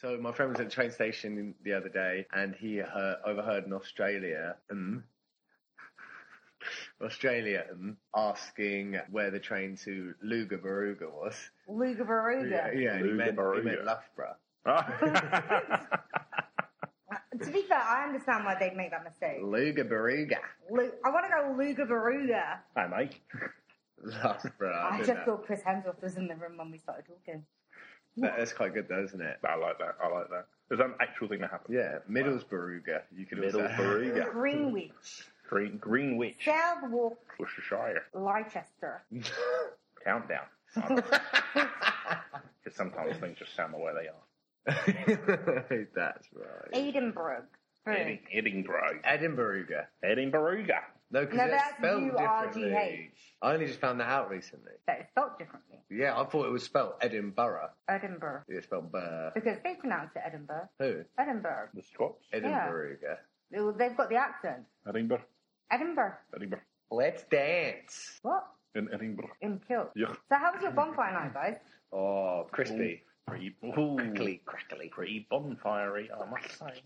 So my friend was at the train station the other day, and he heard, overheard an Australia, um, Australian asking where the train to Lugabaruga was. Luga Baruga. yeah, and he meant, he Lugabaruga. meant Loughborough. Ah. To be fair, I understand why they'd make that mistake. Lugabaruga. Lu- I want to go Luga Baruga. Hi, mate. Loughborough. I I did just that. thought Chris Hemsworth was in the room when we started talking. That- that's quite good though, isn't it? I like that. I like that. Is that an actual thing that happened? Yeah, Middlesbaruga. You could also Middlesbrough, Greenwich, Green, Greenwich, Southwark, Worcestershire, Leicester. Countdown. I don't know, 'cause sometimes things just sound the way they are. that's right. Edinburgh. Brug. Edin- Edinburgh, Edinburgh. Edinburgh. No, because No, that's that's spelled U R G differently. H. I only just found that out recently. So it's spelled differently. Yeah, I thought it was spelled Edinburgh. Edinburgh. It's spelled Burr. Because they pronounce it Edinburgh. Who? Edinburgh. The Scots, Edinburgh. They- well, They've got the accent. Edinburgh, Edinburgh. Edinburgh, Let's dance. What? in Edinburgh. In kilt. Yeah. So how was your bonfire night, guys? Oh, crispy. Pretty, ooh, Crackly, crackly. pretty bonfirey, I must say.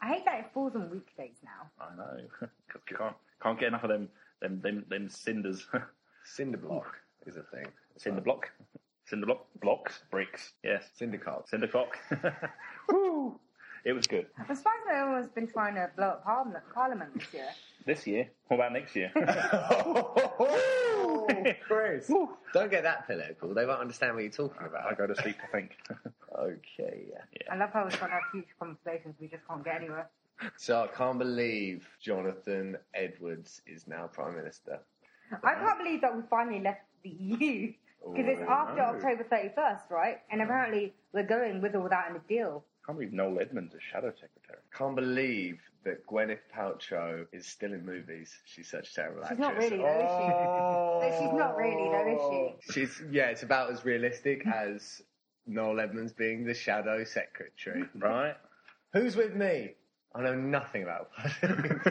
I hate that it falls on weekdays now. I know, because you can't can't get enough of them them them them cinders. Cinder block is a thing. Cinder block, cinder block, blocks, bricks. Yes, Cinder cart. cinder clock. Woo! It was good I'm surprised no one's been trying to blow up Parliament, Parliament this year. this year. What about next year? Chris, Woo. don't get that political. They won't understand what you're talking I about. go to sleep. I think. Okay. I love how we're trying to have huge conversations, we just can't get anywhere. So I can't believe Jonathan Edwards is now prime minister. I can't believe that we finally left the EU. Because it's Oh, after no. October 31st, right? And apparently we're going with or without a deal. can't believe Noel Edmonds is shadow secretary. Can't believe that Gwyneth Paltrow is still in movies. She's such a terrible She's actress. not really, though, is she? Oh. But she's not really, though, is she? She's yeah. It's about as realistic as Noel Edmonds being the shadow secretary. Right? Who's with me? I know nothing about politics.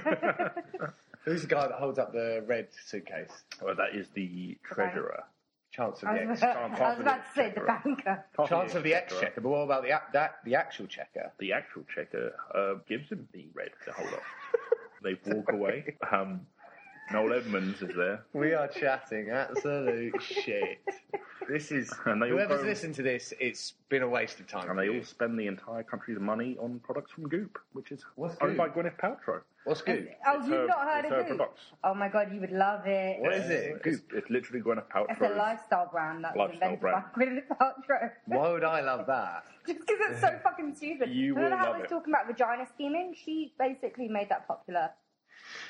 Who's the guy that holds up the red suitcase? Well, that is the treasurer. Chance of I the was, Oh, ex. about, can't I was about to say confidently the check banker. Can't Chance be of the treasurer. exchequer, but what about the ac- that, the actual checker? the actual checker uh, gives him the red to hold off. they walk away. Um, Noel Edmonds is there. We are chatting absolute shit. This is And they all whoever's go- listened to this. It's been a waste of time. And for they you. all spend the entire country's money on products from Goop, which is What's Goop? owned by Gwyneth Paltrow. What's good? Oh, It's you've her- not heard it's of her Goop? products. Oh my god, you would love it. What is it? It's, it's literally Gwyneth It's Paltrow. a lifestyle brand that's Lifestyle invented by Gwyneth Paltrow. Why would I love that? Just because it's so fucking stupid. You Remember will how love I was it. talking about vagina steaming? She basically made that popular.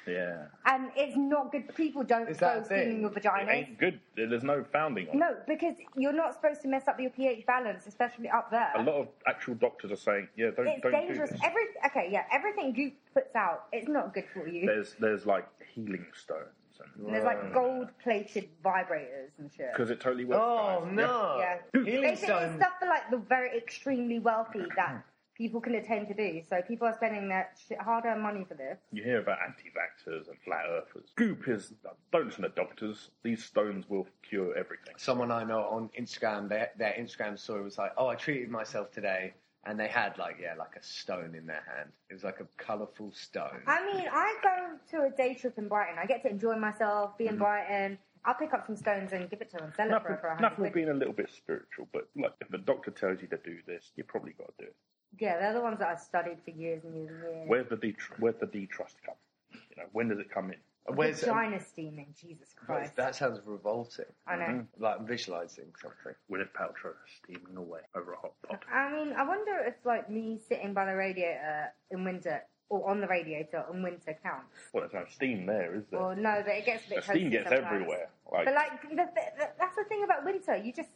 Yeah. And it's not good. People don't Is go that a thing? steaming your It vaginas. ain't good. There's no founding on it. No, because you're not supposed to mess up your pH balance, especially up there. A lot of actual doctors are saying, yeah, don't, it's don't dangerous. do this. Every okay, yeah, everything Goop puts out, it's not good for you. There's, uh, there's like healing stones. And there's like gold-plated vibrators and shit. Because it totally works. Oh guys. no! Yeah. Healing Basically, it's stone. stuff for like the very extremely wealthy that people can attain to do. So people are spending their shit, hard-earned money for this. You hear about anti-vaxxers and flat earthers. Goop is don't listen to doctors. These stones will cure everything. Someone I know on Instagram, their, their Instagram story was like, "Oh, I treated myself today," and they had like yeah, like a stone in their hand. It was like a colourful stone. I mean, I go to a day trip in Brighton. I get to enjoy myself, be in Mm-hmm. Brighton. I'll pick up some stones and give it to them, sell it Nothing, for, for a hundred nothing quid. with being a little bit spiritual, but like if a doctor tells you to do this, you probably got to do it. Yeah, they're the ones that I studied for years and years and years. Where did the tr- where did the trust come? You know, when does it come in? Where's Vagina steaming, Jesus Christ. that Mm-hmm. sounds revolting. I know. Like visualizing something. Gwyneth Paltrow steaming away over a hot pot. I mean, I wonder if like me sitting by the radiator in winter or on the radiator in winter counts. Well, there's no steam there, is there? Well, no, but it gets a the bit. steam toasty gets sometimes. everywhere. Like, But like, the, the, the- that's the thing about winter. You just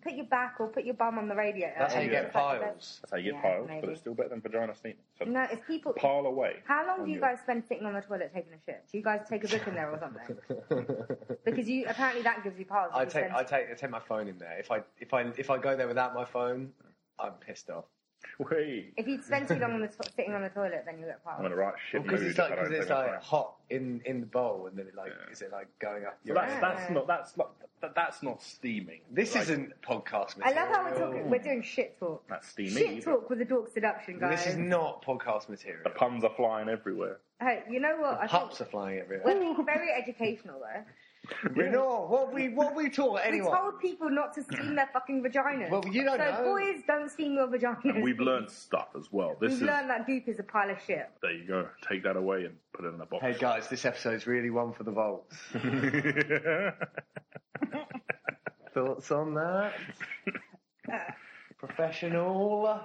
put your back or put your bum on the radiator. That's how and you it's get like the piles. that's how you get yeah, piles, but maybe. it's still better than vagina steaming. So best- No, it's people. pile away. How long on do you your- guys spend sitting on the toilet taking a shit? Do you guys take a book in there or something? Because you apparently that gives you piles. I You take spend- I take I take my phone in there. If I if I if I go there without my phone, I'm pissed off. Wait. If you spend too long on the to- sitting on the toilet, then you'll get I'm piled. in a right shit Because mood it's like if I because don't it's take my like time. hot in in the bowl, and then it like Yeah. is it like going up? Well, Your that's ass? that's not that's not that, that's not steaming. this Like, isn't podcast. I Material. love how we're talking. We're doing shit talk. that's steamy. Shit but talk with a dork seduction, guys. This is not podcast The material. puns are flying everywhere. Hey, you know what? I Pups think are flying everywhere. we're being very educational, though. You know what we what we taught anyone. We told people not to steam their fucking vaginas. Well, you don't so know. boys, don't steam your vaginas. And we've learned stuff as well. This We've is learned that goop is a pile of shit. there you go. Take that away and put it in a box. Hey guys, this episode's really one for the vaults. Thoughts on that? Professional?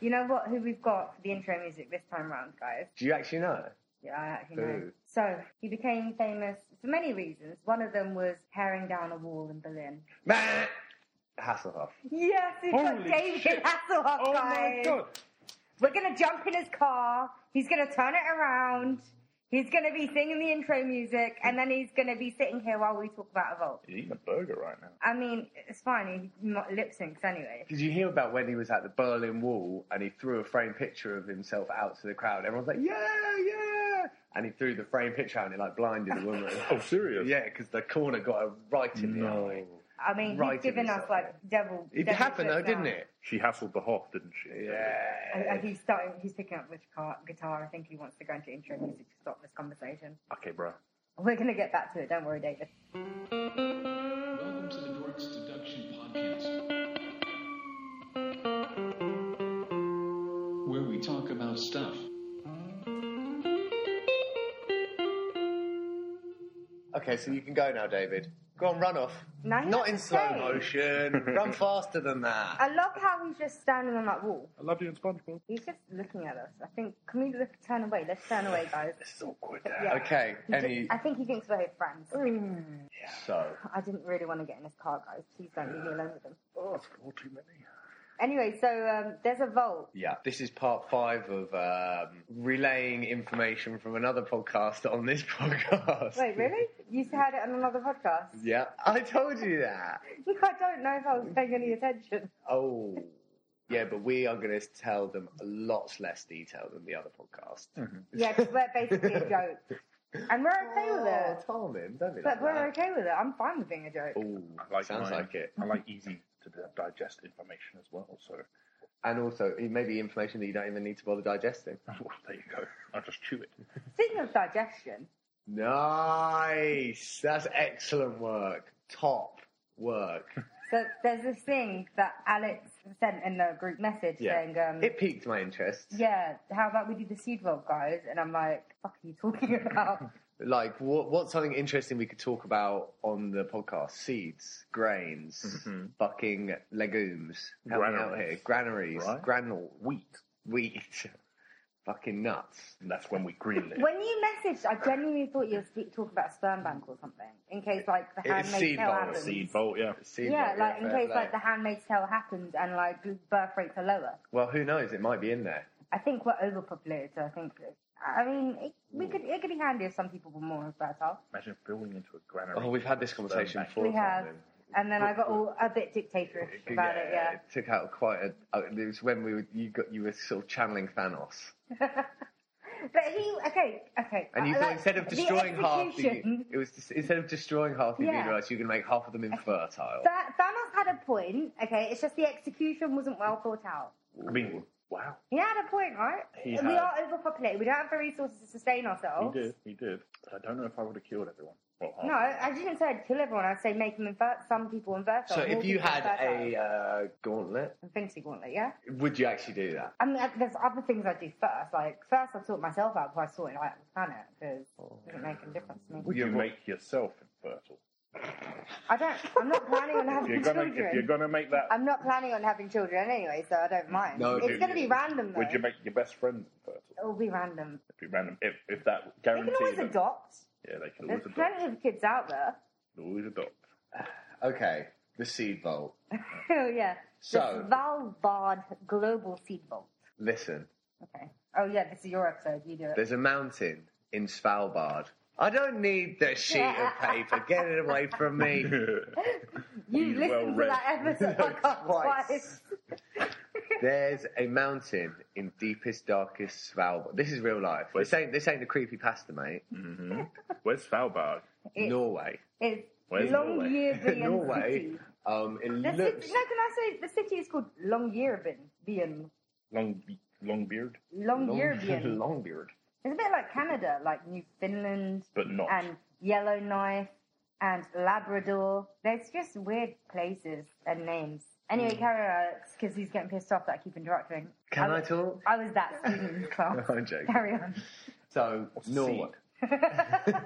You know what? Who we've got for the intro music this time round, guys? Do you actually know? Yeah, I actually know. Who? So he became famous for many reasons. One of them was tearing down a wall in Berlin. Bah! Hasselhoff. Yes, it's got Holy David shit. Hasselhoff, oh my guys. god! We're gonna jump in his car. He's gonna turn it around. He's gonna be singing the intro music, and then he's gonna be sitting here while we talk about Evolve. You're eating a burger right now. I mean, it's fine. He lip syncs anyway. Did you hear about when he was at the Berlin Wall and he threw a framed picture of himself out to the crowd? Everyone's like, yeah, yeah. And he threw the framed picture out and it like blinded the woman. Oh, serious? yeah, because the corner got her right in the No. eye. I mean, Right he's given in us himself. like devil. It devil happened though, fits didn't now. it? She hassled the Hoff, didn't she? And, Yeah. and he's starting. He's picking up with guitar, guitar. I think he wants to go into intro music to stop this conversation. Okay, bro. We're gonna get back to it. Don't worry, David. Welcome to the Dorks Deduction Podcast, where we talk about stuff. Okay, so you can go now, David. Go on, run off. No, he Not has in to slow stay. motion. run faster than that. I love how he's just standing on that wall. I love you in SpongeBob. He's just looking at us. I think. Can we look, turn away? Let's turn away, guys. This is awkward. Yeah. Okay, He any. just- I think he thinks we're his friends. So. I didn't really want to get in his car, guys. Please don't leave me alone with him. Oh, it's all too many. Anyway, so um, there's a vault. Yeah, this is part five of um, relaying information from another podcast on this podcast. Wait, really? You had it on another podcast? Yeah, I told you that. I don't know if I was paying any attention. Oh, yeah, but we are going to tell them lots less detail than the other podcast. Yeah, because we're basically a joke. And we're Mm-hmm. okay with Oh, it. Tom, him, don't be like But we're that. okay with it. I'm fine with being a joke. Ooh, I like sounds mine. like it. I like easy to di- digest information as well. So oh, And also, it may be information that you don't even need to bother digesting. well, there you go. I'll just chew it. Speaking of digestion, Nice. That's excellent work. Top work. so there's this thing that Alex sent in the group message Yeah. saying, um, It piqued my interest. yeah, how about we do the seed vault, guys? And I'm like, fuck are you talking about? like what what's something interesting we could talk about on the podcast seeds grains fucking legumes help me out Granaries. here granaries Right. granule Wheat. wheat fucking nuts And that's when we green it. when you messaged, I genuinely thought you were speak, talking about a sperm bank or something, in case like the is handmaid's seed tale vault, happens. Seed bolt, yeah. Seed yeah, lot, like in fair case play. like the handmaid's tale happens and like birth rates are lower. well who knows it might be in there I think we're overpopulated. So I think, I mean, it, we Hmm. could it could be handy if some people were more fertile. Imagine building into a granary. oh we've had this conversation bank. before we have, haven't and then I got all a bit dictatorial we? about it. Yeah, it took out quite a uh, it was when we were you got you were sort of channeling thanos but he okay, okay. and you I thought Uh, like- instead of the destroying half the execution- it was just, instead of destroying half the Yeah. universe you can make half of them infertile Tha- Thanos had a point. Okay, it's just the execution wasn't well thought out. I mean, wow. He had a point, right? He we had. are overpopulated. We don't have the resources to sustain He ourselves. did. He did. But I don't know if I would have killed everyone. Well, half No, I didn't say I'd kill everyone. I'd say make them infer- some people infertile. So more if you people had infertile. a uh, gauntlet, Infinity Gauntlet, yeah? would you actually do that? I mean, I- there's other things I do first. Like, first I sort myself out before I sort it out the planet because it doesn't make a difference to me. Would you Yeah, but- make yourself infertile? I don't, I'm not planning on If having you're gonna, if you're children. gonna make that, I'm not planning on having children anyway, so I don't mind. No, it's dude, going to be you- random, though. would you make your best friend infertile? It'll be random. It'd be random. If, if that They guaranteed, can always adopt. yeah, they can There's always adopt. plenty of kids out there. Always adopt. Okay, the seed vault. oh, yeah. So- This Valvard Global Seed Vault. Listen, Okay. Oh, yeah, this is your episode. You do it. there's a mountain in Svalbard. I don't need the sheet of paper. Get it away from me. You You listened to well-read. that episode podcast Twice. twice. There's a mountain in deepest, darkest Svalbard. This is real life. This ain't this ain't a creepy pasta, mate. hmm Where's Svalbard? It- Norway, It's Where's Norway? Longyearbyen Norway. City. Um, it The looks city, no, can I say the city is called Longyearbyen? Long long beard, Longyearbyen. Longbeard. It's a bit like Canada, like New Finland but not. and Yellowknife and Labrador. There's just weird places and names. Anyway, carry on, Alex, because he's getting pissed off that I keep interrupting. Hmm. Can I was- talk? I was that student in class. I'm joking. Carry on. So Or sea. Norway. it's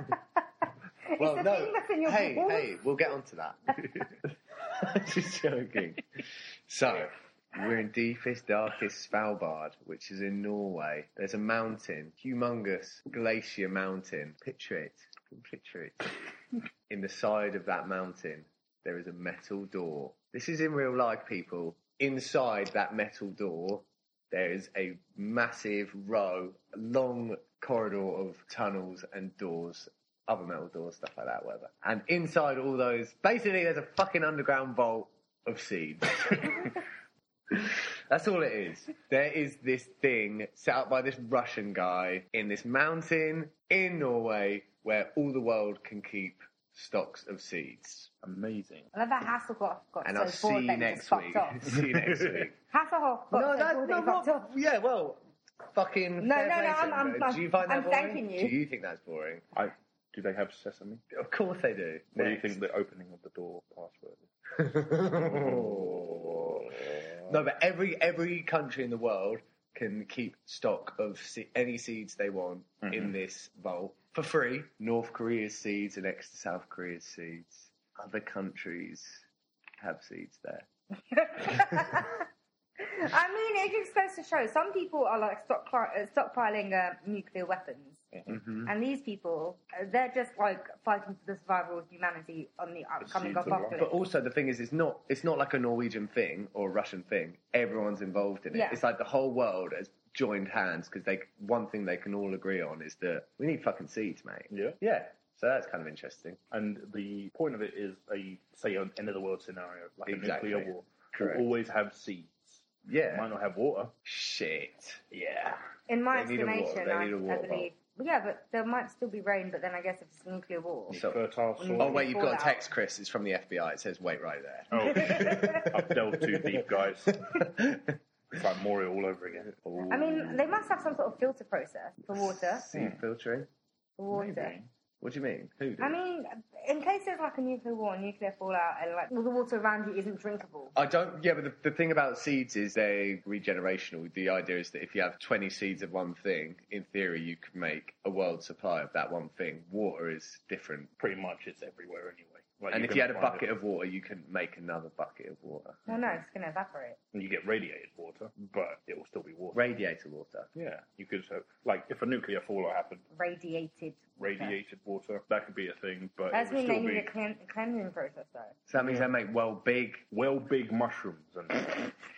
Well, the no. thing that's in your hey, balls. hey, we'll get onto that. Just joking. So, we're in deepest, darkest Svalbard, which is in Norway. There's a mountain, humongous glacier mountain. Picture it. Picture it. in the side of that mountain, there is a metal door. This is in real life, people. Inside that metal door, there is a massive row, a long corridor of tunnels and doors, other metal doors, stuff like that, whatever. And inside all those, basically, there's a fucking underground vault of seeds. That's all it is. There is this thing set up by this Russian guy in this mountain in Norway where all the world can keep stocks of seeds. Amazing. I love that Hasselhoff got And so I'll see bored you that he next just fucked week. off. see you next week. Hasselhoff got so bored that he fucked off. yeah, well, fucking. No, fair no, play no, to I'm- him, I'm- though. Do you find that I'm boring? thanking you. Do you think that's boring? I do they have sesame? Of course they do. What do you Next. think the opening of the door password? is? Oh. No, but every every country in the world can keep stock of se- any seeds they want Mm-hmm. in this bowl for free. North Korea's seeds are next to South Korea's seeds. Other countries have seeds there. I mean, it just goes to show some people are like stockpi- uh, stockpiling uh, nuclear weapons, Mm-hmm. and these people uh, they're just like fighting for the survival of humanity on the upcoming seeds of life. But apocalypse. also the thing is, it's not it's not like a Norwegian thing or a Russian thing. Everyone's involved in it. Yeah. It's like the whole world has joined hands because they one thing they can all agree on is that we need fucking seeds, mate. Yeah. Yeah. So that's kind of interesting. And the point of it is a say an end of the world scenario, like Exactly. a nuclear war. Correct. Will always have seeds. Yeah. Might not have water. Shit. Yeah. In my they need a war- estimation, they I, need a I war believe. Well, yeah, but there might still be rain, but then I guess if it's a nuclear war, So- Fertile soil. Oh wait, you've got a Fallout. text, Chris. It's from the FBI. It says, "Wait right there." Oh, I've delved too deep, guys. It's like Moria all over again. I mean, they must have some sort of filter process for water. Seed filtering. For water. Maybe. What do you mean? Who? did? I mean, in case there's like a nuclear war, nuclear fallout, and like all the water around you isn't drinkable. I don't. Yeah, but the, the thing about seeds is they regenerational. The idea is that if you have twenty seeds of one thing, in theory, you could make a world supply of that one thing. Water is different, Pretty much it's everywhere anyway. Like, and if can you had a find bucket it- of water, you couldn't make another bucket of water. Well, no, it's going to evaporate. you get radiated water, Mm. but it will still be water. Radiator water. yeah, you could have like if a nuclear fallout happened, Radiated. water. radiated water that could be a thing, but That it would means they still need be a clean, cleansing process, though. So that means they make well big. well big mushrooms and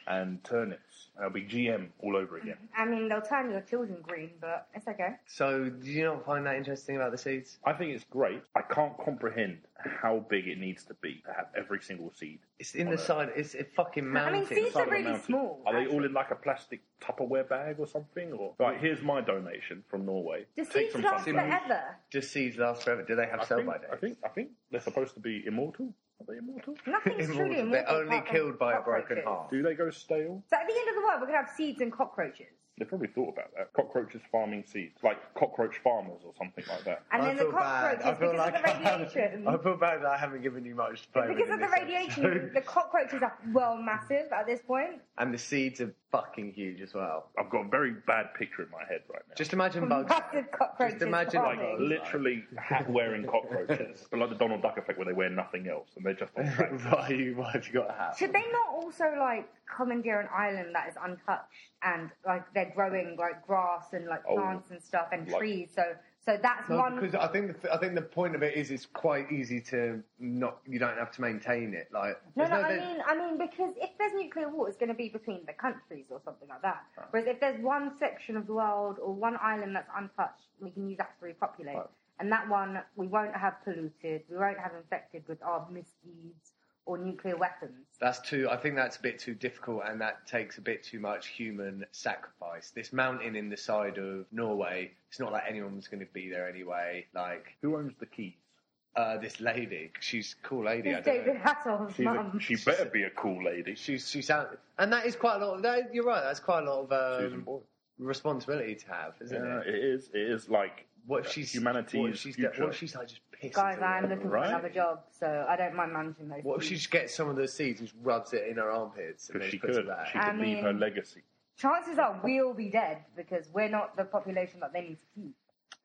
and turnips. And it'll be GM all over again. I mean, they'll turn your children green, but it's okay. So do you not find that interesting about the seeds? I think it's great. I can't comprehend how big it needs to be to have every single seed. It's in On the a- side. It's a fucking mountain. I mean, seeds Side are of a really mountain. small. Are they actually. all in like a plastic Tupperware bag or something? Or right, here's my donation from Norway. Do seeds last something. forever? Do seeds last forever? Do they have I sell think, by date? I think I think they're supposed to be immortal. Are they immortal? Nothing's truly Immortal. immortal. They're only apart from killed by a broken cockroaches. heart. Do they go stale? So at the end of the world, we're going to have seeds and cockroaches. They probably thought about that. Cockroaches farming seeds, like cockroach farmers or something like that. And then the cockroaches, because of the radiation. I feel bad that I haven't given you much flavour Because in of the this radiation, episode. the cockroaches are well massive at this point. and the seeds are fucking huge as well. I've got a very bad picture in my head right now. Just imagine bugs. Massive cockroaches. Just imagine, farming. like Right. literally hat wearing cockroaches, but like the Donald Duck effect where they wear nothing else and they're just on tracks. why, you, why have you got a hat? Should they not also like commandeer an island that is untouched and like they're growing like grass and like Oh, plants and stuff and like- trees? So so that's No, one. because I think the, I think the point of it is it's quite easy to not you don't have to maintain it like No, there's no, I there's- mean, I mean, because if there's nuclear war, it's going to be between the countries or something like that. Whereas if there's one section of the world or one island that's untouched, we can use that to repopulate. And that one we won't have polluted, we won't have infected with our misdeeds or nuclear weapons. That's too. I think that's a bit too difficult, and that takes a bit too much human sacrifice. This mountain in the side of Norway. It's not like anyone's going to be there anyway. Like Who owns the keys? uh, this lady, she's a cool lady. I It's don't David know. Hasselhoff's She's mum. a, she better be a cool lady. She's she's out, and that is quite a lot. Of, that, you're right. That's quite a lot of Susan um, Boyle. responsibility to have, isn't Yeah, it? it is. It is like What if she's humanity's What if she's, future. what if she's like just pissed? Guys, I'm looking Right. for another job, so I don't mind managing those. What if she things. just gets some of those seeds and just rubs it in her armpits and because then she puts could. it back? She could I leave her mean- legacy. Chances are we'll be dead because we're not the population that they need to keep.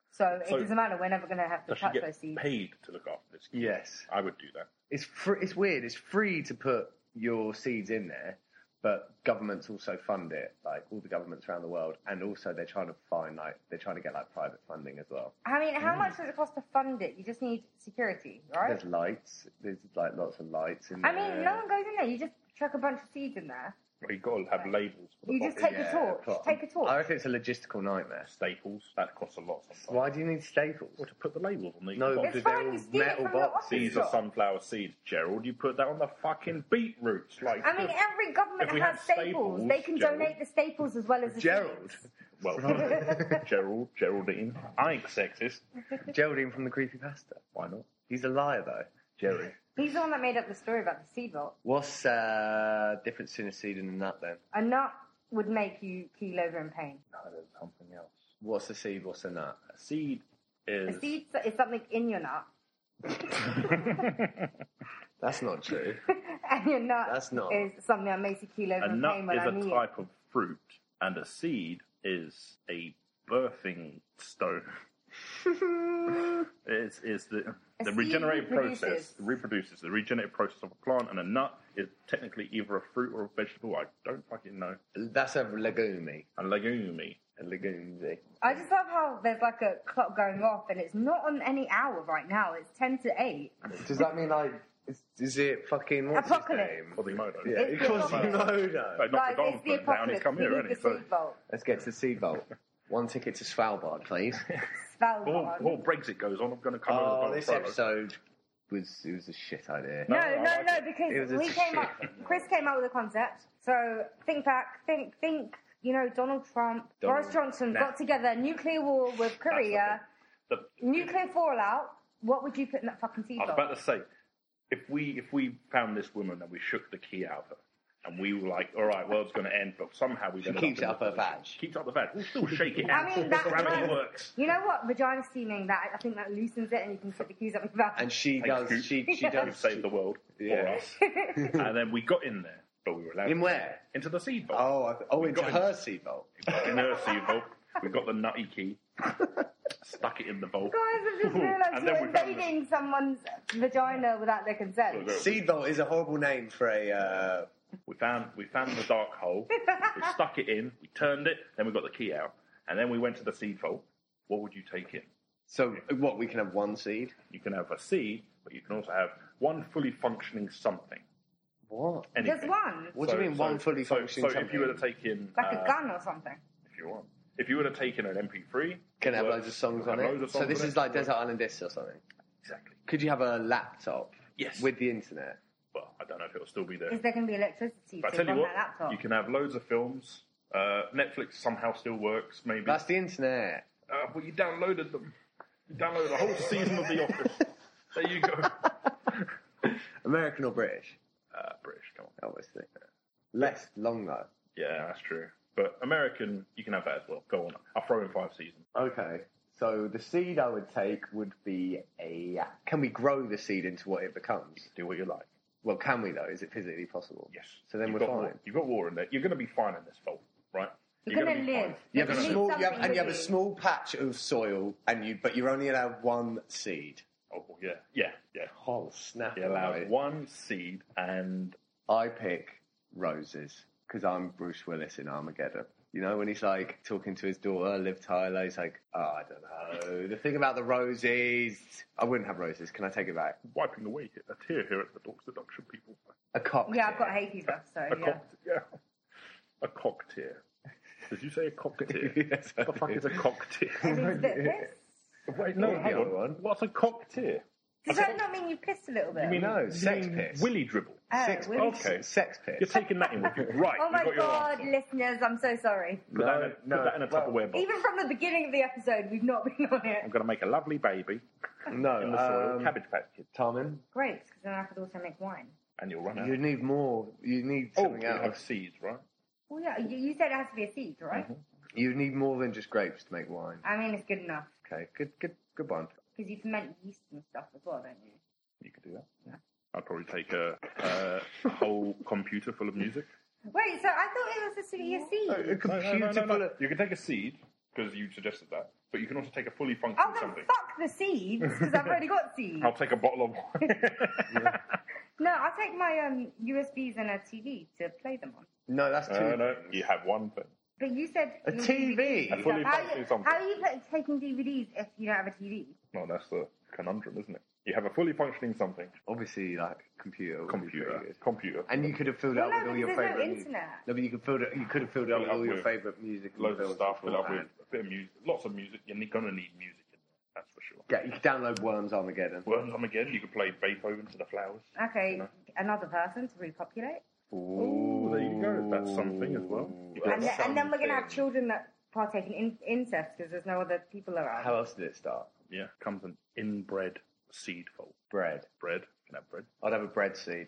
So it So- doesn't matter. We're never going to have to Does she touch those get seeds. paid to look after this? kid? Yes, I would do that. it's free, it's weird. It's free to put your seeds in there, but governments also fund it, like all the governments around the world, and also they're trying to find like they're trying to get like private funding as well. I mean, Mm. how much does it cost to fund it? You just need security, right? There's lights. There's like lots of lights in I there. mean, no one goes in there. You just chuck a bunch of seeds in there. Well, you got to have labels for the You just boxes. take a torch. but Take a torch. I reckon it's a logistical nightmare. staples. That costs a lot. Sometimes. Why do you need staples? Or to put the labels on these No, because boxes. It's fine, they're all you steal it metal from the office boxes. These are sunflower seeds, Gerald. You put that on the fucking beetroots. Like, I mean, every government If we has had staples. They staples, can Gerald- donate the staples as well as the Gerald, seeds. well, Gerald, Geraldine, I ain't sexist. Geraldine from the Creepy Pasta. Why not? He's a liar though, Jerry. He's the one that made up the story about the seed vault. What's uh, difference between a seed and a nut then? A nut would make you keel over in pain. No, there's something else. What's a seed? What's a nut? A seed is. A seed is something in your nut, That's not true. and your nut That's not- is something that makes you keel over a in nut pain is when I a need type of fruit, and a seed is a birthing stone. It's, it's the, A the seed regenerative process reproduces. reproduces the regenerative process of a plant, and a nut is technically either a fruit or a vegetable. I don't fucking know. That's a legume. A legume. A legume. I just love how there's like a clock going off, and it's not on any hour right now. It's ten to eight. Does that mean like is, is it fucking what's Apocalypse. his name? Quasimodo. Yeah, It's the Quasimodo. Like, Like not the it's the Godfather down. He's apocalypse. come we here, need isn't the he? So, seed vault. Let's get to the seed vault. One ticket to Svalbard, please. before, Svalbard. before Brexit goes on, I'm going to come over oh, to the this Godfather. episode was it was a shit idea. No, No, no, I no, like it. It was because a we came up. shit. Chris came up with a concept. So think back, think, think. You know, Donald Trump, Donald- Boris Johnson Nah. got together, nuclear war with Korea, The- nuclear fallout. What would you put in that fucking seed I was vault? about to say, if we if we found this woman and we shook the key out of her, and we were like, all right, world's going to end, but somehow we She keeps it up her badge. Keeps up the badge. We'll still shake it out. I mean, that Gravity works. works. You know what? Vagina steaming. That I think that loosens it, and you can put the keys up your back. And she Thanks, does. She she We've does. saved the world for Yeah. us. and then we got in there, but we were allowed In to- where? into the seed bowl. Oh, I, oh, into got her seed vault. In her seed bowl, we got the nutty key, stuck it in the bowl. Guys, I've just Ooh, realised and then you're we found invading someone's vagina without their consent. Look, Seed vault is a horrible name for a. Uh, We found we found the dark hole. we stuck it in. We turned it. Then we got the key out, and then we went to the seed vault. What would you take in? so what? We can have one seed. You can have a seed, but you can also have one fully functioning something. What? Anything. Just one, What do you mean one fully so, functioning? So if you were to take in, like uh, a gun or something. if you want, if you were to take in an MP3, can have well, loads of songs on have it. loads of so songs this on is it. like Desert Island Discs or something. exactly. Could you have a laptop? Yes. With the internet. Well, I don't know if it'll still be there. Is there going to be electricity but to I tell you run what, that laptop? you can have loads of films. Uh, Netflix somehow still works, maybe. That's the internet. Uh, well, you downloaded them. You downloaded a whole season of The Office. There you go. American or British? Uh, British, come on. Obviously. Less long though. Yeah, that's true. But American, you can have that as well. Go on. I'll throw in five seasons. Okay. So the seed I would take would be a. Can we grow the seed into what it becomes? Do what you like. Well, can we though? Is it physically possible? Yes. So then You've we're got fine. War, you've got war in there. You're going to be fine in this vault, right? You're, gonna going be to live. fine. You have But a need small, you have, something and you with have a small patch of soil, and you, but you're only allowed one seed. Oh, well, yeah. Yeah, yeah. Oh snap! You're allowed one seed and I pick roses because I'm Bruce Willis in Armageddon. You know, when he's like talking to his daughter, Liv Tyler, he's like, oh, I don't know. The thing about the roses, I wouldn't have roses. Can I take it back? wiping away a tear here at the Dogs Deduction people. A cock. Yeah, I've got hay fever, so A yeah. cock, yeah. A cocktear. Did you say a cocktear? Yes, I what the fuck did. is a It cocktear? means that this. Wait, no, Yeah. hang Yeah. on. What's a cocktear? Does that not mean you pissed a little bit? You mean No, you sex mean piss. Willy dribble. oh, Six we're- piss. Okay. Sex You're piss. taking that in with you. Right. Oh my you've got your god, answer. listeners, I'm so sorry. Put, that in a, No, put that in a no, well, Tupperware box. Even from the beginning of the episode, we've not been on I'm it. going to make a lovely baby in the soil. No, um, cabbage patch kid. Tarmin, Grapes, because then I could also make wine. And you'll run out. you need more. You need oh, something you have else. seeds, right? Well, yeah, you, you said it has to be a seed, right? Mm-hmm. You need more than just grapes to make wine. I mean, it's good enough Okay, good, good, good one. because you ferment yeast and stuff as well, don't you? You could do that. Yeah. I'd probably take a, a, a whole computer full of music. Wait, so I thought it was a seed. A Uh, A, seed. a computer full of. You can take a seed because you suggested that, but you can also take a Oh. fully functional Oh, then something. fuck the seeds because I've already got seeds. I'll take a bottle of wine. No, I'll take my um, USBs and a TV to play them on. No, that's too. no, Uh, no, you have one thing. But you said A your TV? DVDs. A fully how, functioning you, something. how are you pla- taking DVDs if you don't have a TV? Well, that's the conundrum, isn't it? You have a fully functioning something, Obviously, like computer. would be computer, pretty good. computer, And you could have filled it Well, up no, with all your because there's no favorite. mu- internet. No, but you could filled it. You could have filled it up with Fill it up all your with favorite music. and loads of films stuff, fill up with beforehand. a bit of music, lots of music. You're going to need music in there, that's for sure. Yeah, you could download Worms Armageddon. Worms on again. You could play Beethoven to the flowers. Okay, another person to repopulate. Ooh, there you go. That's something as well. You got And, then- and then we're going to have Something. children that partake in, in incest because there's no other people around. How else did it start? Yeah, comes an inbred seed fold. Bread. Bread. Can have bread. I'd have a bread seed.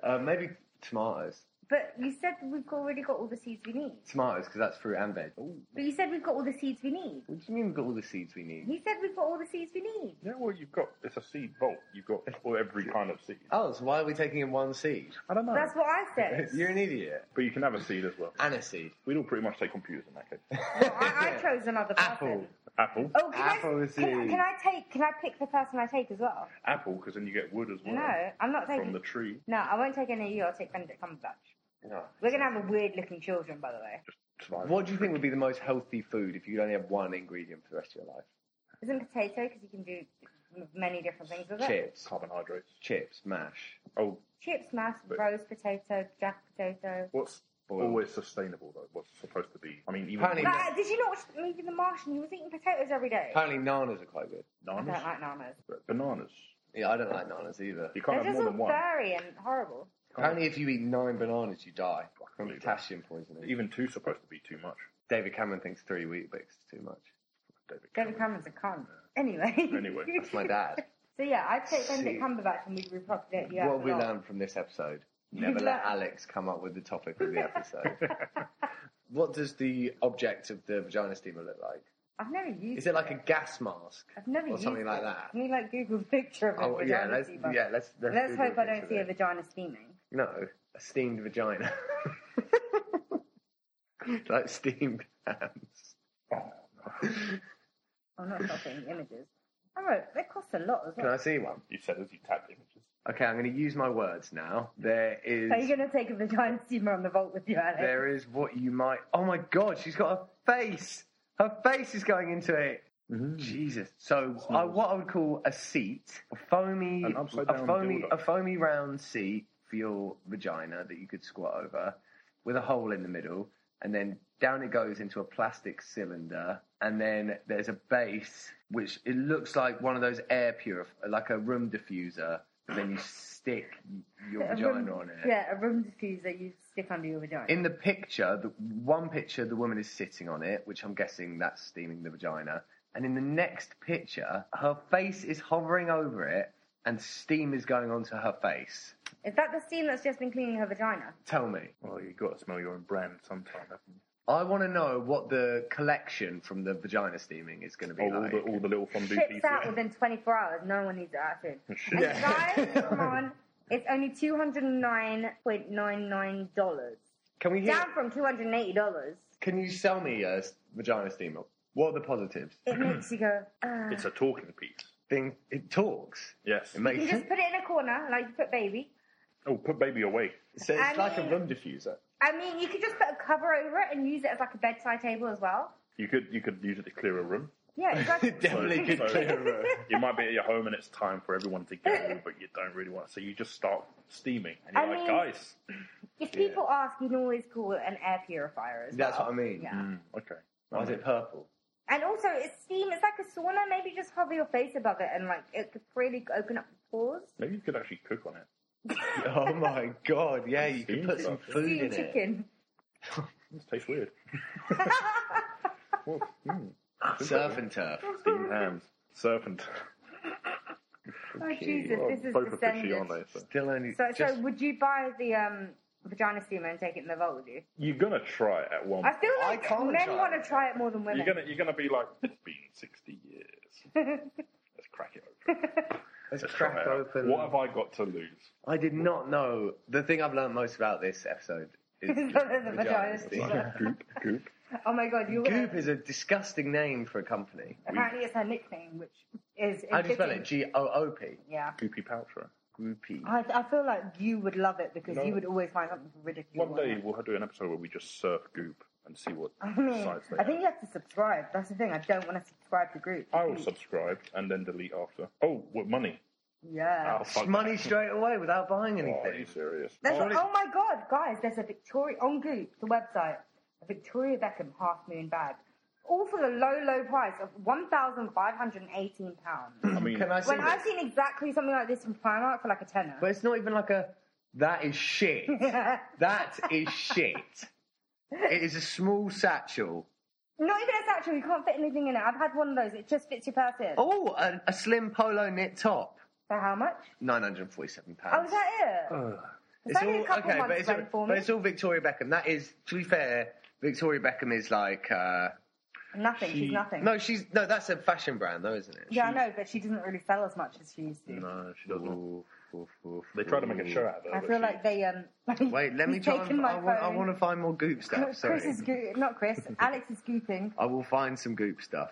uh, maybe tomatoes. But you said we've already got all the seeds we need. Tomatoes, because that's fruit and veg. Ooh, But you said we've got all the seeds we need. what do you mean we've got all the seeds we need? He said we've got all the seeds we need. Yeah, well, you've got it's a seed vault. You've got all- every kind of seed. Oh, so why are we taking in one seed? I don't know, That's what I said. You're an idiot. but you can have a seed as well. And a seed. We'd all pretty much take computers in that case. Well, Oh, I, I chose another person. Apple. Apple, Oh, can Apple I, is can, I- the- can I take? Can I pick the person I take as well? apple, because then you get wood as well No, I'm not from taking. the tree. No, I won't take any of you. I'll take Benedict Cumberbatch. No. We're gonna have a weird-looking children, by the way. Survival. What do you think would be the most healthy food if you could only have one ingredient for the rest of your life? Isn't potato because you can do m- many different things with it? Chips. Carbohydrates. Chips, mash. Oh, Chips, mash, roast potato, jack potato. what's Boiled. always sustainable though? What's supposed to be? I mean, even Apparently- Like, did you not watch the movie The Martian? He was eating potatoes every day. I Apparently bananas are quite good. don't bananas. like nanas. Bananas. Yeah, I don't like bananas either. You can't They're have just more all than one. furry and horrible. Apparently if you eat nine bananas you die from Really? potassium poisoning. Even two's supposed to be too much. David Cameron thinks three wheat bix is too much. David. David Cameron. Cameron's a cunt. Anyway. Anyway, That's my dad. So yeah, I take Benedict See. Cumberbatch and we repopulate the what earth. have we a lot. learned from this episode? Never let Alex come up with the topic of the episode. what does the object of the vagina steamer look like? I've never used. Is it like a gas mask? I've never or used something like it. that? Can we like Google a picture of a Oh yeah, vagina let's steamer? yeah let's let's, Let's Google hope I a don't picture see a of it. vagina steaming. No, a steamed vagina. like steamed hams. I'm not stopping images. All right, they cost a lot as Can I well. see one? You said as you tapped images. Okay, I'm going to use my words now. There is Are you going to take a vagina steamer on the vault with you, Alex? there is what you might. Oh my God, she's got a face. Her face is going into it. Mm-hmm. Jesus. So I, what I would call a seat, a foamy, An upside a down foamy, dildo. a foamy round seat for your vagina that you could squat over, with a hole in the middle, and then down it goes into a plastic cylinder, and then there's a base which it looks like one of those air purif, like a room diffuser. But then you stick your A vagina room- on it. Yeah, a room diffuser you stick under your vagina. In the picture, the one picture, the woman is sitting on it, which I'm guessing that's steaming the vagina. And in the next picture, her face is hovering over it, and steam is going onto her face. Is that the steam that's just been cleaning her vagina? Tell me, Well, you've got to smell your own brand sometime, haven't you? I want to know what the collection from the vagina steaming is going to be Oh, all, like. the, all the little fondue Ships out pieces. within 24 hours. No one needs it acid. And Yeah. guys, come on. It's only $209.99. Can we hear? Down from $280. Can you sell me a s- vagina steamer? What are the positives? It makes you go, uh. It's a talking piece. Thing, it talks. Yes. It You makes. just put it in a corner, like you put baby. Oh, put baby away. so it's I like a mean- room diffuser. I mean, you could just put a cover over it and use it as like a bedside table as well. You could you could use it to clear a room. Yeah, It it's like, definitely could Sorry. clear a room. You might be at your home and it's time for everyone to go, but you don't really want. So you just start steaming, and you're I like, mean- guys, if people ask, you can always call it an air purifier as well. That's what I mean. Yeah. mm, okay. Why is it purple? And also, it's steam. It's like a sauna. Maybe just hover your face above it, and like it could really open up the pores. Maybe you could actually cook on it. Oh my god, yeah, you could Steamed put some stuff. food in it. Steamed chicken. This tastes weird. Whoa, mm. Surf and turf. Steamed hams, serpent. oh Jesus, Well, this is both are fishy, descended. aren't they? So. Still only So, just so would you buy the um, vagina steamer and take it in the vault with you? You're gonna try it at one. I feel I like can't men try want it. to try it more than women. You're gonna you're gonna be like it's been sixty years. Let's crack it open. let's Let's crack try it out. open. What have I got to lose? I did not know. The thing I've learned most about this episode is The vagina vagina steamer. steamer. Like, goop, goop. oh my god, you're Goop is a disgusting name for a company. apparently it's her nickname, which is How do you spell fitting. it? G O O P. Yeah. Goopy poucher. Groupie. I, I feel like you would love it because No. you would always find something ridiculous. One day we'll do an episode where we just surf goop and see what I mean, sites they I think have. you have to subscribe. That's the thing. I don't want to subscribe to groups. I will subscribe and then delete after. Oh, what money? Yeah. Oh, fuck. Money straight away without buying Oh, are anything. you serious? There's, Oh, oh my god, guys, there's a Victoria on Goop, the website, a Victoria Beckham half moon bag, all for the low, low price of one thousand five hundred and eighteen pounds. I mean, Can I see when this? I've seen exactly something like this from Primark for like a tenner. But it's not even like a. That is shit. that is shit. It is a small satchel. Not even a satchel. You can't fit anything in it. I've had one of those. It just fits your person. Oh, a, a slim polo knit top. For how much? Nine hundred and forty-seven Oh, pounds. is that it? Uh, it's, only a couple months but it's, rent for me. but it's all Victoria Beckham. That is, to be fair, Victoria Beckham is like uh, nothing. she- She's nothing. no, she's no. That's a fashion brand, though, isn't it? yeah, I know, but she doesn't really sell as much as she used to. no, she doesn't. Oof, oof, oof, They try to make a oof. show out of it. I but feel she- like they um. Wait, let me he's try. taken And, my I, want, I phone. want to find more Goop stuff. Sorry, Chris is goop. Not Chris. Alex is gooping. I will find some Goop stuff.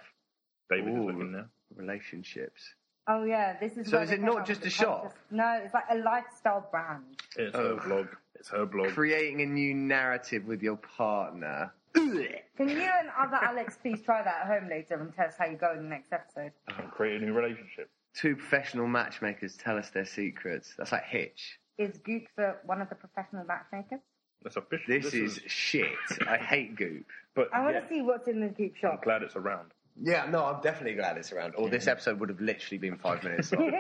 David is Ooh. looking now. Relationships. Oh yeah, this is. So where is they it came not up with just the a shop? concept. No, it's like a lifestyle brand. It's Oh. her blog. It's her blog. Creating a new narrative with your partner. Can you and other Alex please try that at home later and tell us how you go in the next episode? and Uh, create a new relationship. Two professional matchmakers tell us their secrets. That's like Hitch. Is Goop the, one of the professional matchmakers? That's official. This, is, shit. I hate Goop. But I want yeah, to see what's in the Goop I'm shop. glad it's around. Yeah, no, I'm definitely glad it's around. Or this episode would have literally been five minutes long.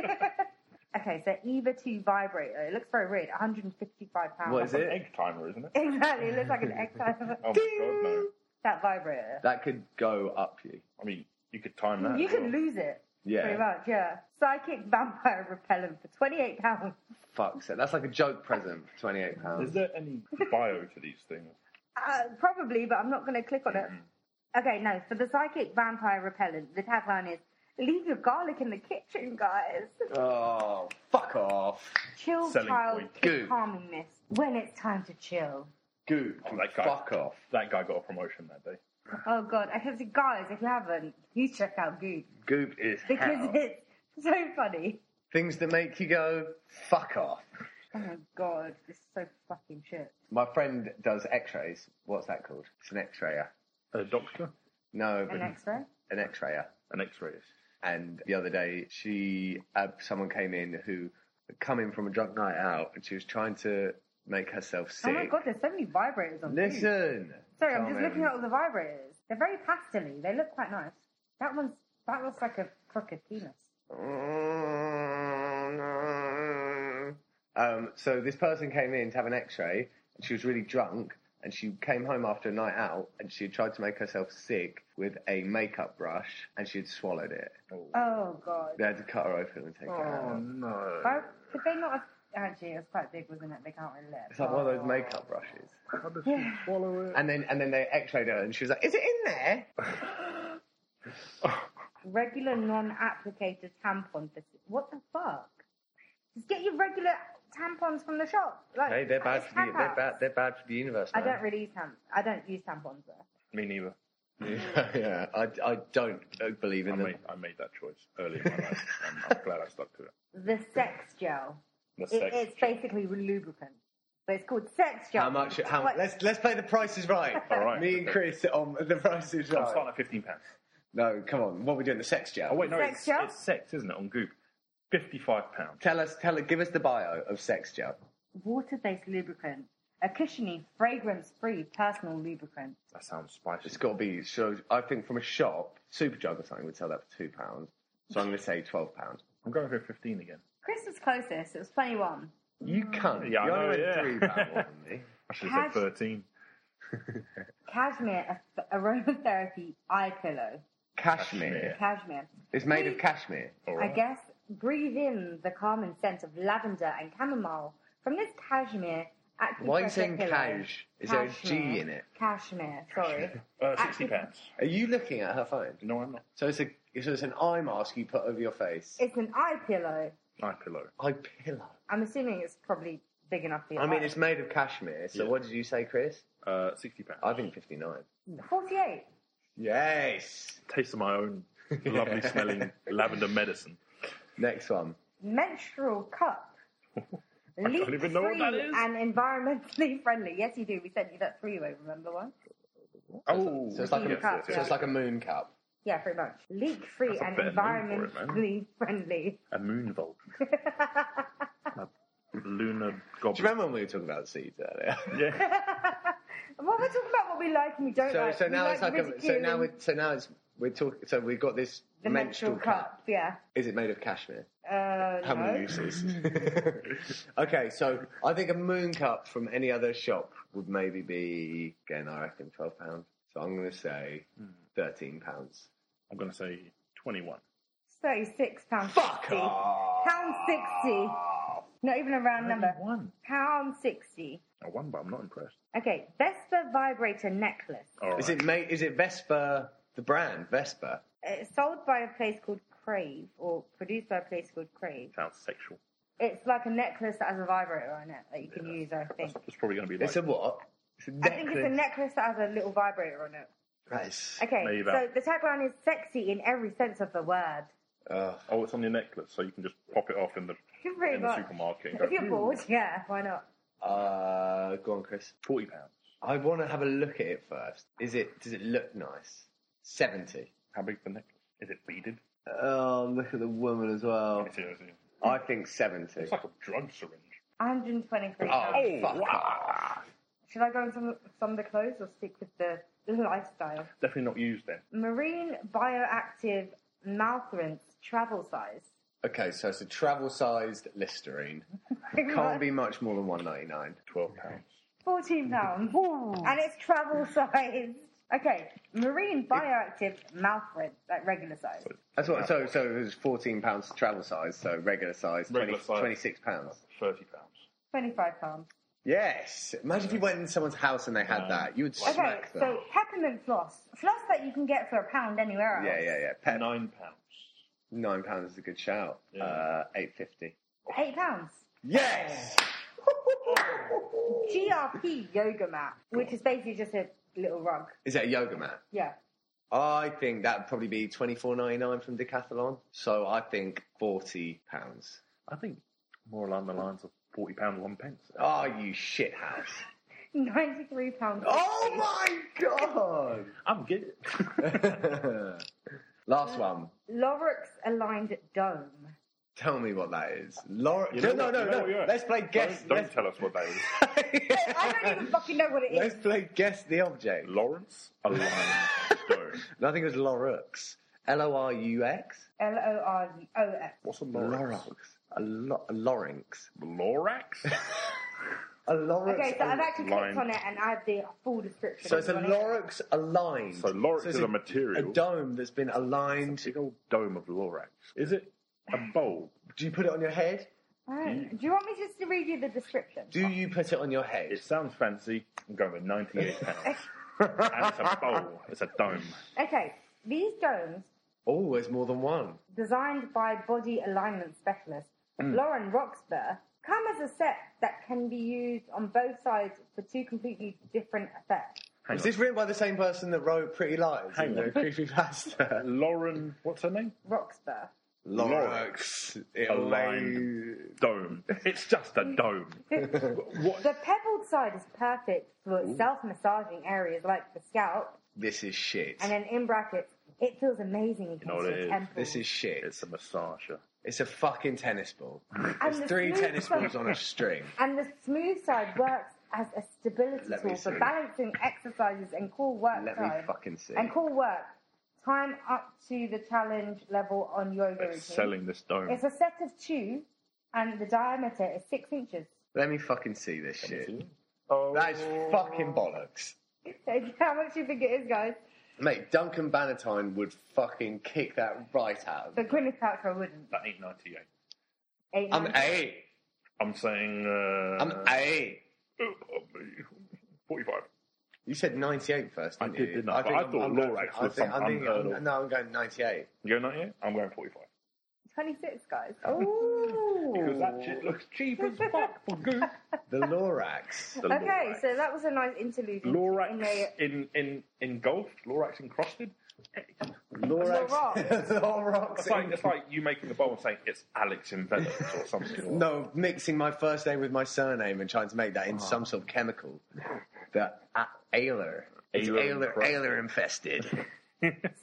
Okay, so Eva 2 vibrator. It looks very weird. 155 pounds. What It's is an it? egg timer, isn't it? Exactly. It looks like an egg timer. Oh my god, no! that vibrator. that could go up you. I mean, you could time that. You as could well. lose it. Yeah. Pretty much, yeah. Psychic vampire repellent for 28 pounds. Fuck sake. That's like a joke present for twenty eight pounds. Is there any bio to these things? Uh, probably, but I'm not going to click on it. Okay, no. For the psychic vampire repellent, the tagline is Leave your garlic in the kitchen, guys. Oh, fuck off. Chill, Selling child, point. Good. keep calming this. When it's time to chill. Goop. Oh, that guy. fuck off. That guy got a promotion that day. Oh, God. I can see, guys, if you haven't, you check out Goop. Goop is Because hell. it's so funny. Things that make you go, fuck off. Oh my god, this is so fucking shit. My friend does x-rays. What's that called? It's an x-rayer. A doctor, No, An X-ray? Oh, an x-rayer. an X-ray. And the other day, she uh, someone came in who had come in from a drunk night out, and she was trying to make herself Oh sick. my god, there's so many vibrators on Goop. Listen. Sorry, I'm just Carmen. looking at all the vibrators. They're very pastely. They look quite nice. That one's that looks like a crooked penis. Um, so this person came in to have an X-ray, and she was really drunk, and she came home after a night out, and she had tried to make herself sick with a makeup brush, and she had swallowed it. Oh god. They had to cut her open and Oh, take her Uh, out. no! Why could they not have actually it was quite big, wasn't it? They can't really let it It's like one of those fall. makeup brushes. How does she swallow it? And then and then they X-rayed her, and she was like, "Is it in there?" regular non applicator tampon for what the fuck? Just get your regular tampons from the shop. Like Hey, they're bad it's for the they're tampons. bad they're bad for the universe. I Man. don't really use tampons. I don't use tampons though. Me neither. yeah, yeah. I, I don't uh, believe I in them. made, I made that choice early in my life. and I'm glad I stuck to it. The sex gel. The It, sex. it's basically lubricant, but it's called sex gel. How much? How Like- let's let's play the Price is Right. All right. Me and Chris on the Price is I'm starting Right. at fifteen pounds. No, come on. What are we doing? The sex gel. Oh wait, no, Sex it's, shop? it's sex, isn't it? On Goop, fifty-five pounds. Tell us. Tell us. Give us the bio of sex gel. water-based lubricant a cushiony, fragrance-free personal lubricant. That sounds spicy. It's got to be. So I think from a shop, Superdrug or something would sell that for two pounds. So I'm going to say twelve pounds. I'm going for 15 again. Chris was closest. It was 21. You Mm. can't. Yeah, I you know, only went yeah. three pound on me. I should have Cash- said 13. Cashmere a- aromatherapy eye pillow. Cashmere. Cashmere. It's made of cashmere. All I right. guess breathe in the calming scent of lavender and chamomile from this cashmere. Why are you acupressure saying pillow. cash? Is there a G Cashmere. in it? Cashmere. Sorry. Uh, 60 Actually- pounds. Are you looking at her phone? No, I'm not. So it's a so it's an eye mask you put over your face. it's an eye pillow. Eye pillow. eye pillow. I'm assuming it's probably big enough for your I mean, eye. it's made of cashmere. So Yeah. what did you say, Chris? Uh, 60 pounds. I think fifty-nine. 48. Yes. taste of my own lovely smelling lavender medicine. Next one. menstrual cup. I don't even know what that is. And environmentally friendly. Yes, you do. We sent you that three-way. Remember one? Oh, So it's like a Yes, yes, so it's like a moon cup. Yeah, pretty much. Leak-free That's a and better name for it, environmentally friendly. a moon vault. a lunar Do goblin. you remember when we were talking about seeds earlier? yeah. Well, we're talking about what we like and we don't So, like. so We now like it's like a, so ridiculing now we so now it's we're talking so we've got this the menstrual cup. Yeah. Is it made of cashmere? Uh, How no. many uses? okay, so I think a moon cup from any other shop would maybe be again I reckon twelve pounds. So I'm going to say thirteen pounds. I'm going to say 21. Thirty-six pounds. Fuck sixty. off. Pound sixty. Not even a round number. One. Pound sixty. I won, but I'm not impressed. Okay, Vespa vibrator necklace. All right. Is it made? Is it Vespa? The brand Vespa. It's sold by a place called Crave, or produced by a place called Crave. Sounds sexual. It's like a necklace that has a vibrator on it that you can use, I think. It's probably going to be like It's a what? It's a I necklace. think it's a necklace that has a little vibrator on it. That is- Okay, Maybe so that- the tagline is sexy in every sense of the word. Ugh. Oh, it's on your necklace, so you can just pop it off in the Pretty in the much. supermarket. And go, If you're "Ooh, bored, yeah, why not? Uh, go on, Chris. forty pounds. I want to have a look at it first. Is it? Does it look nice? Seventy. How big's the necklace? Is it beaded? Oh, look at the woman as well. It's, it's I think seventy. like a drug syringe. 123 Oh, pounds. fuck wow. Should I go in some, some of the clothes or stick with the lifestyle? Definitely not used then. Marine bioactive mouth rinse travel size. Okay, so it's a travel-sized Listerine. Can't be much more than one ninety-nine. Twelve pounds. Fourteen pounds, and it's travel size. Okay, marine bioactive mouth rinse, like regular size. That's what. So, so it was fourteen pounds travel size. So regular size, 20, Regular size. twenty-six pounds. Thirty pounds. Twenty-five pounds. Yes. Imagine if you went in someone's house and they had Um, that. You would Okay, Okay, smack them. so peppermint floss, floss that you can get for a pound anywhere else. Yeah, yeah, yeah. Pep, nine. Nine pounds. pounds is a good shout. Yeah. Uh, eight fifty. Eight pounds. Yes. GRP yoga mat, which is basically just a little rug. Is that a yoga mat? Yeah. I think that'd probably be twenty four ninety nine from Decathlon. So I think forty pounds. I think more along the lines of forty pound one pence. Oh, you shithouse! Ninety-three pounds. Oh my I'm getting god! Last one. Lorix aligned dome. Tell me what that is. Laura. You know no, what- no, you know no, what no. you are. Let's play guess. Don't, don't let's... tell us what that is. I don't even fucking know what it is. Let's play guess the object. Lawrence Aligned Dome. I think it was Lorux. L O R U X. L O R U O X. What's a Lawrence? Lorux. A, lo- a Lorynx. Lorax? A Lorux. Okay, so I've actually clicked aligned. on it and I have the full description. So it's a if you want it. Lorux aligned. So Lorix it's is a material. A dome that's been aligned. Big old dome of Lorax. Is it a bowl? Do you put it on your head? Alright. Do you want me just to read you the description? Mm. Do you put it on your head? It sounds fancy. I'm going with ninety-eight pounds. and it's a bowl. It's a dome. Okay, these domes, Oh, there's more than one. designed by body alignment specialist Mm. Lauren Roxburgh, come as a set that can be used on both sides for two completely different effects. Hang Is on. this written by the same person that wrote Pretty Liars and Hang the on. Creepypasta? Lauren, what's her name? Roxburgh. Lorux. Aligned Dome. It's just a dome. The pebbled side is perfect for self-massaging areas like the scalp, This is shit. and then in brackets, it feels amazing against know what it your is? temple. This is shit. It's a massager. It's a fucking tennis ball. and There's the three smooth tennis side- balls on a string. And the smooth side works as a stability Let me tool for see. balancing exercises and core work Let me time. fucking see. and core work time up to the challenge level on yoga They're routine. selling this dome. It's a set of two, and the diameter is six inches. Let me fucking see this shit. Oh, That is fucking bollocks. So how much do you think it is, guys? Mate, Duncan Bannatyne would fucking kick that right out. But Gwyneth Paltrow wouldn't. That ain't 98. Eight I'm months. eight. I'm saying. Uh, I'm eight. Forty-five. You said 98 first, I didn't did, you? didn't I? But I I'm- thought I'm Laura going- actually I was think, some I think, unheard I'm, of. no, I'm going 98. You going 98? I'm going 45. 26, guys. Oh. Because that shit looks cheap as fuck for goop. The Lorax. The Okay, Lorax. so that was a nice interlude. into- in Lorax the- in, in, in golf, Lorax encrusted. Lorax. Lorax. Lorax. It's like, it's like you making the bowl and saying it's Alex in Venice or something. No, mixing my first name with my surname and trying to make Ah. that into some sort of chemical. The uh, ailer. It's Ailer ailer, infra- ailer infested.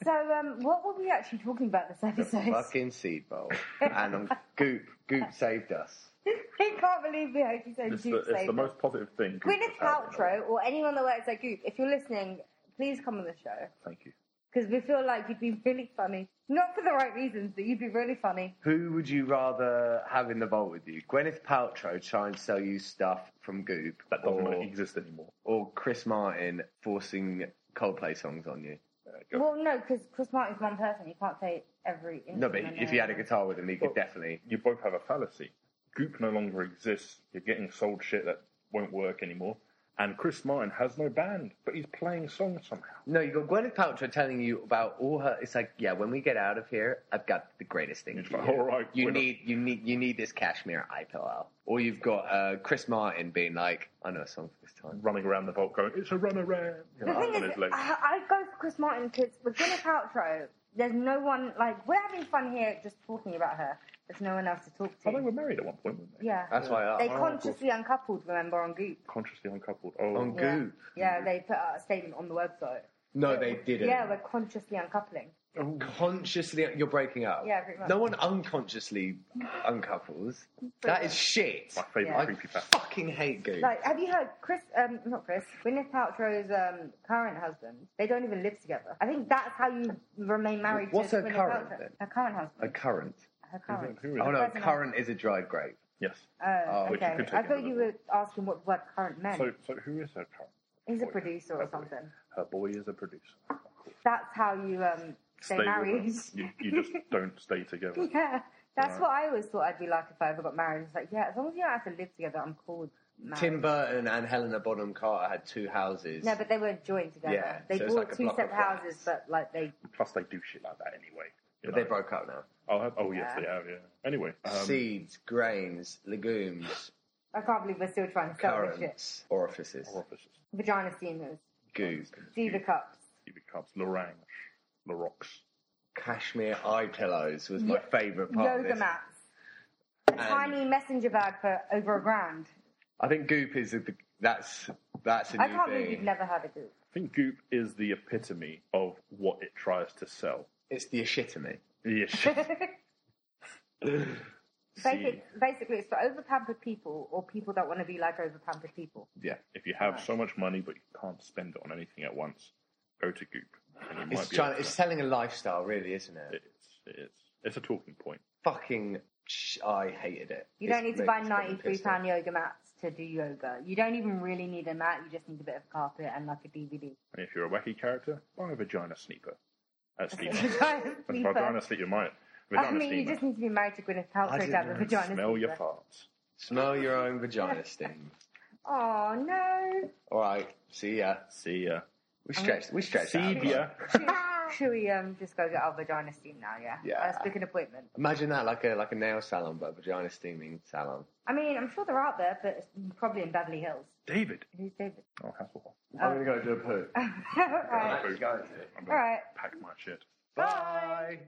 so, um, what were we actually talking about this episode? Fucking seed bowl. And um, Goop. Goop saved us. I can't believe we actually said It's the, Duke it's the saved us. most positive thing. Goop Gwyneth has had in a while. Paltrow or anyone that works at Goop, if you're listening, please come on the show Thank you. because we feel like you'd be really funny. Not for the right reasons, but you'd be really funny. Who would you rather have in the vault with you? Gwyneth Paltrow trying to sell you stuff from Goop, That doesn't or, really exist anymore. or Chris Martin forcing Coldplay songs on you? Go. Well, no, because Chris Martin's one person. You can't play every. No, but instrument if you had a there. guitar with him, he could Well- definitely. You both have a fallacy. Goop no longer exists. You're getting sold shit that won't work anymore. And Chris Martin has no band, but he's playing songs somehow. No, you got Gwyneth Paltrow telling you about all her. It's like, yeah, when we get out of here, I've got the greatest thing. It's for like, you. all right, you Gwyneth. need, you need, you need this cashmere eye pillow. Or you've got uh, Chris Martin being like, I know a song for this time. Running around the vault going, it's a runaround. You The know, thing on is, his legs. I, I go for Chris Martin because with Gwyneth Paltrow, there's no one like we're having fun here just talking about her. There's no one else to talk Oh, they to. were married at one point, weren't they? Yeah, That's why I they oh, consciously uncoupled. Remember on Goop. Consciously uncoupled. Oh, on Yeah. Goop. Yeah, they put out a statement on the website. No, they didn't. Yeah, we're consciously uncoupling. consciously you're breaking up. Yeah, pretty much. No one unconsciously uncouples. That is shit. my favourite Yeah. I creepy past. fucking hate Goop. Like, have you heard Chris? Um, not Chris. Gwyneth Paltrow's um, current husband. They don't even live together. I think that's how you remain married. What's to her Gwyneth current, Paltrow. then? Her current a husband. current. Her current. Who is Oh it? no, President. current is a dried grape. Yes. Oh, Oh, which you okay. could take I thought another you one. were asking what the word current meant. So, so who is her current? He's a boy? producer Her or boy. something. Her boy is a producer. That's how you um, stay, with married. her. You, you just don't stay together. yeah, that's Right. what I always thought I'd be like if I ever got married. It's like, yeah, as long as you don't have to live together, I'm cool. with marriage. Tim Burton and Helena Bonham Carter had two houses. No, but they weren't joined together. Yeah, they so it's bought like a two block separate of flats. houses, but like they Plus, they do shit like that anyway. you But they know. broke up now. Oh, have- oh yes, Yeah. they have. Yeah. Anyway, um, Seeds, grains, legumes, I can't believe we're still trying to sell this shit. currants, orifices, orifices, Vagina steamers, goop, diva cups. he becomes Lorange, Lorox. cashmere eye pillows was my favourite part. of Yoga this. mats. A tiny messenger bag for over a grand. I think goop is a, that's that's a I new can't thing. believe you've never had a group. I think Goop is the epitome of what it tries to sell. It's the ashitomy. Yeah, Basic, basically, it's for overpampered people or people that want to be like overpampered people. Yeah. if you have so much money but you can't spend it on anything at once, go to Goop. And you It's, might be trying, able it's to- selling a lifestyle, really, isn't it? it is. It is. It's a talking point. Fucking, sh- I hated it. You don't It's- need to buy it's got me ninety-three pissed off. pound yoga mats to do yoga. You don't even really need a mat. You just need a bit of carpet and like a DVD. And if you're a wacky character, buy a vagina sneaker. A sleeper. Vagina A vagina sleeper. sleeper, you might. I Vagina mean, you steamer. just need to be married to Gwyneth I Paltrow to didn't have a really vagina Smell your sleeper. farts. Smell your own vagina steam. Oh no! All right, see ya. See ya. We stretched. We stretched. See that ya. out. Should, should we um just go get our vagina steam now? Yeah. Yeah. Let's book an appointment. Imagine that, like a like a nail salon, but a vagina steaming salon. I mean, I'm sure they're out there, but it's probably in Beverly Hills. David. Who's David? Oh, Hasselhoff. I'm gonna go do a poo. All right. Actually, go to. I'm All gonna right. pack my shit. Bye.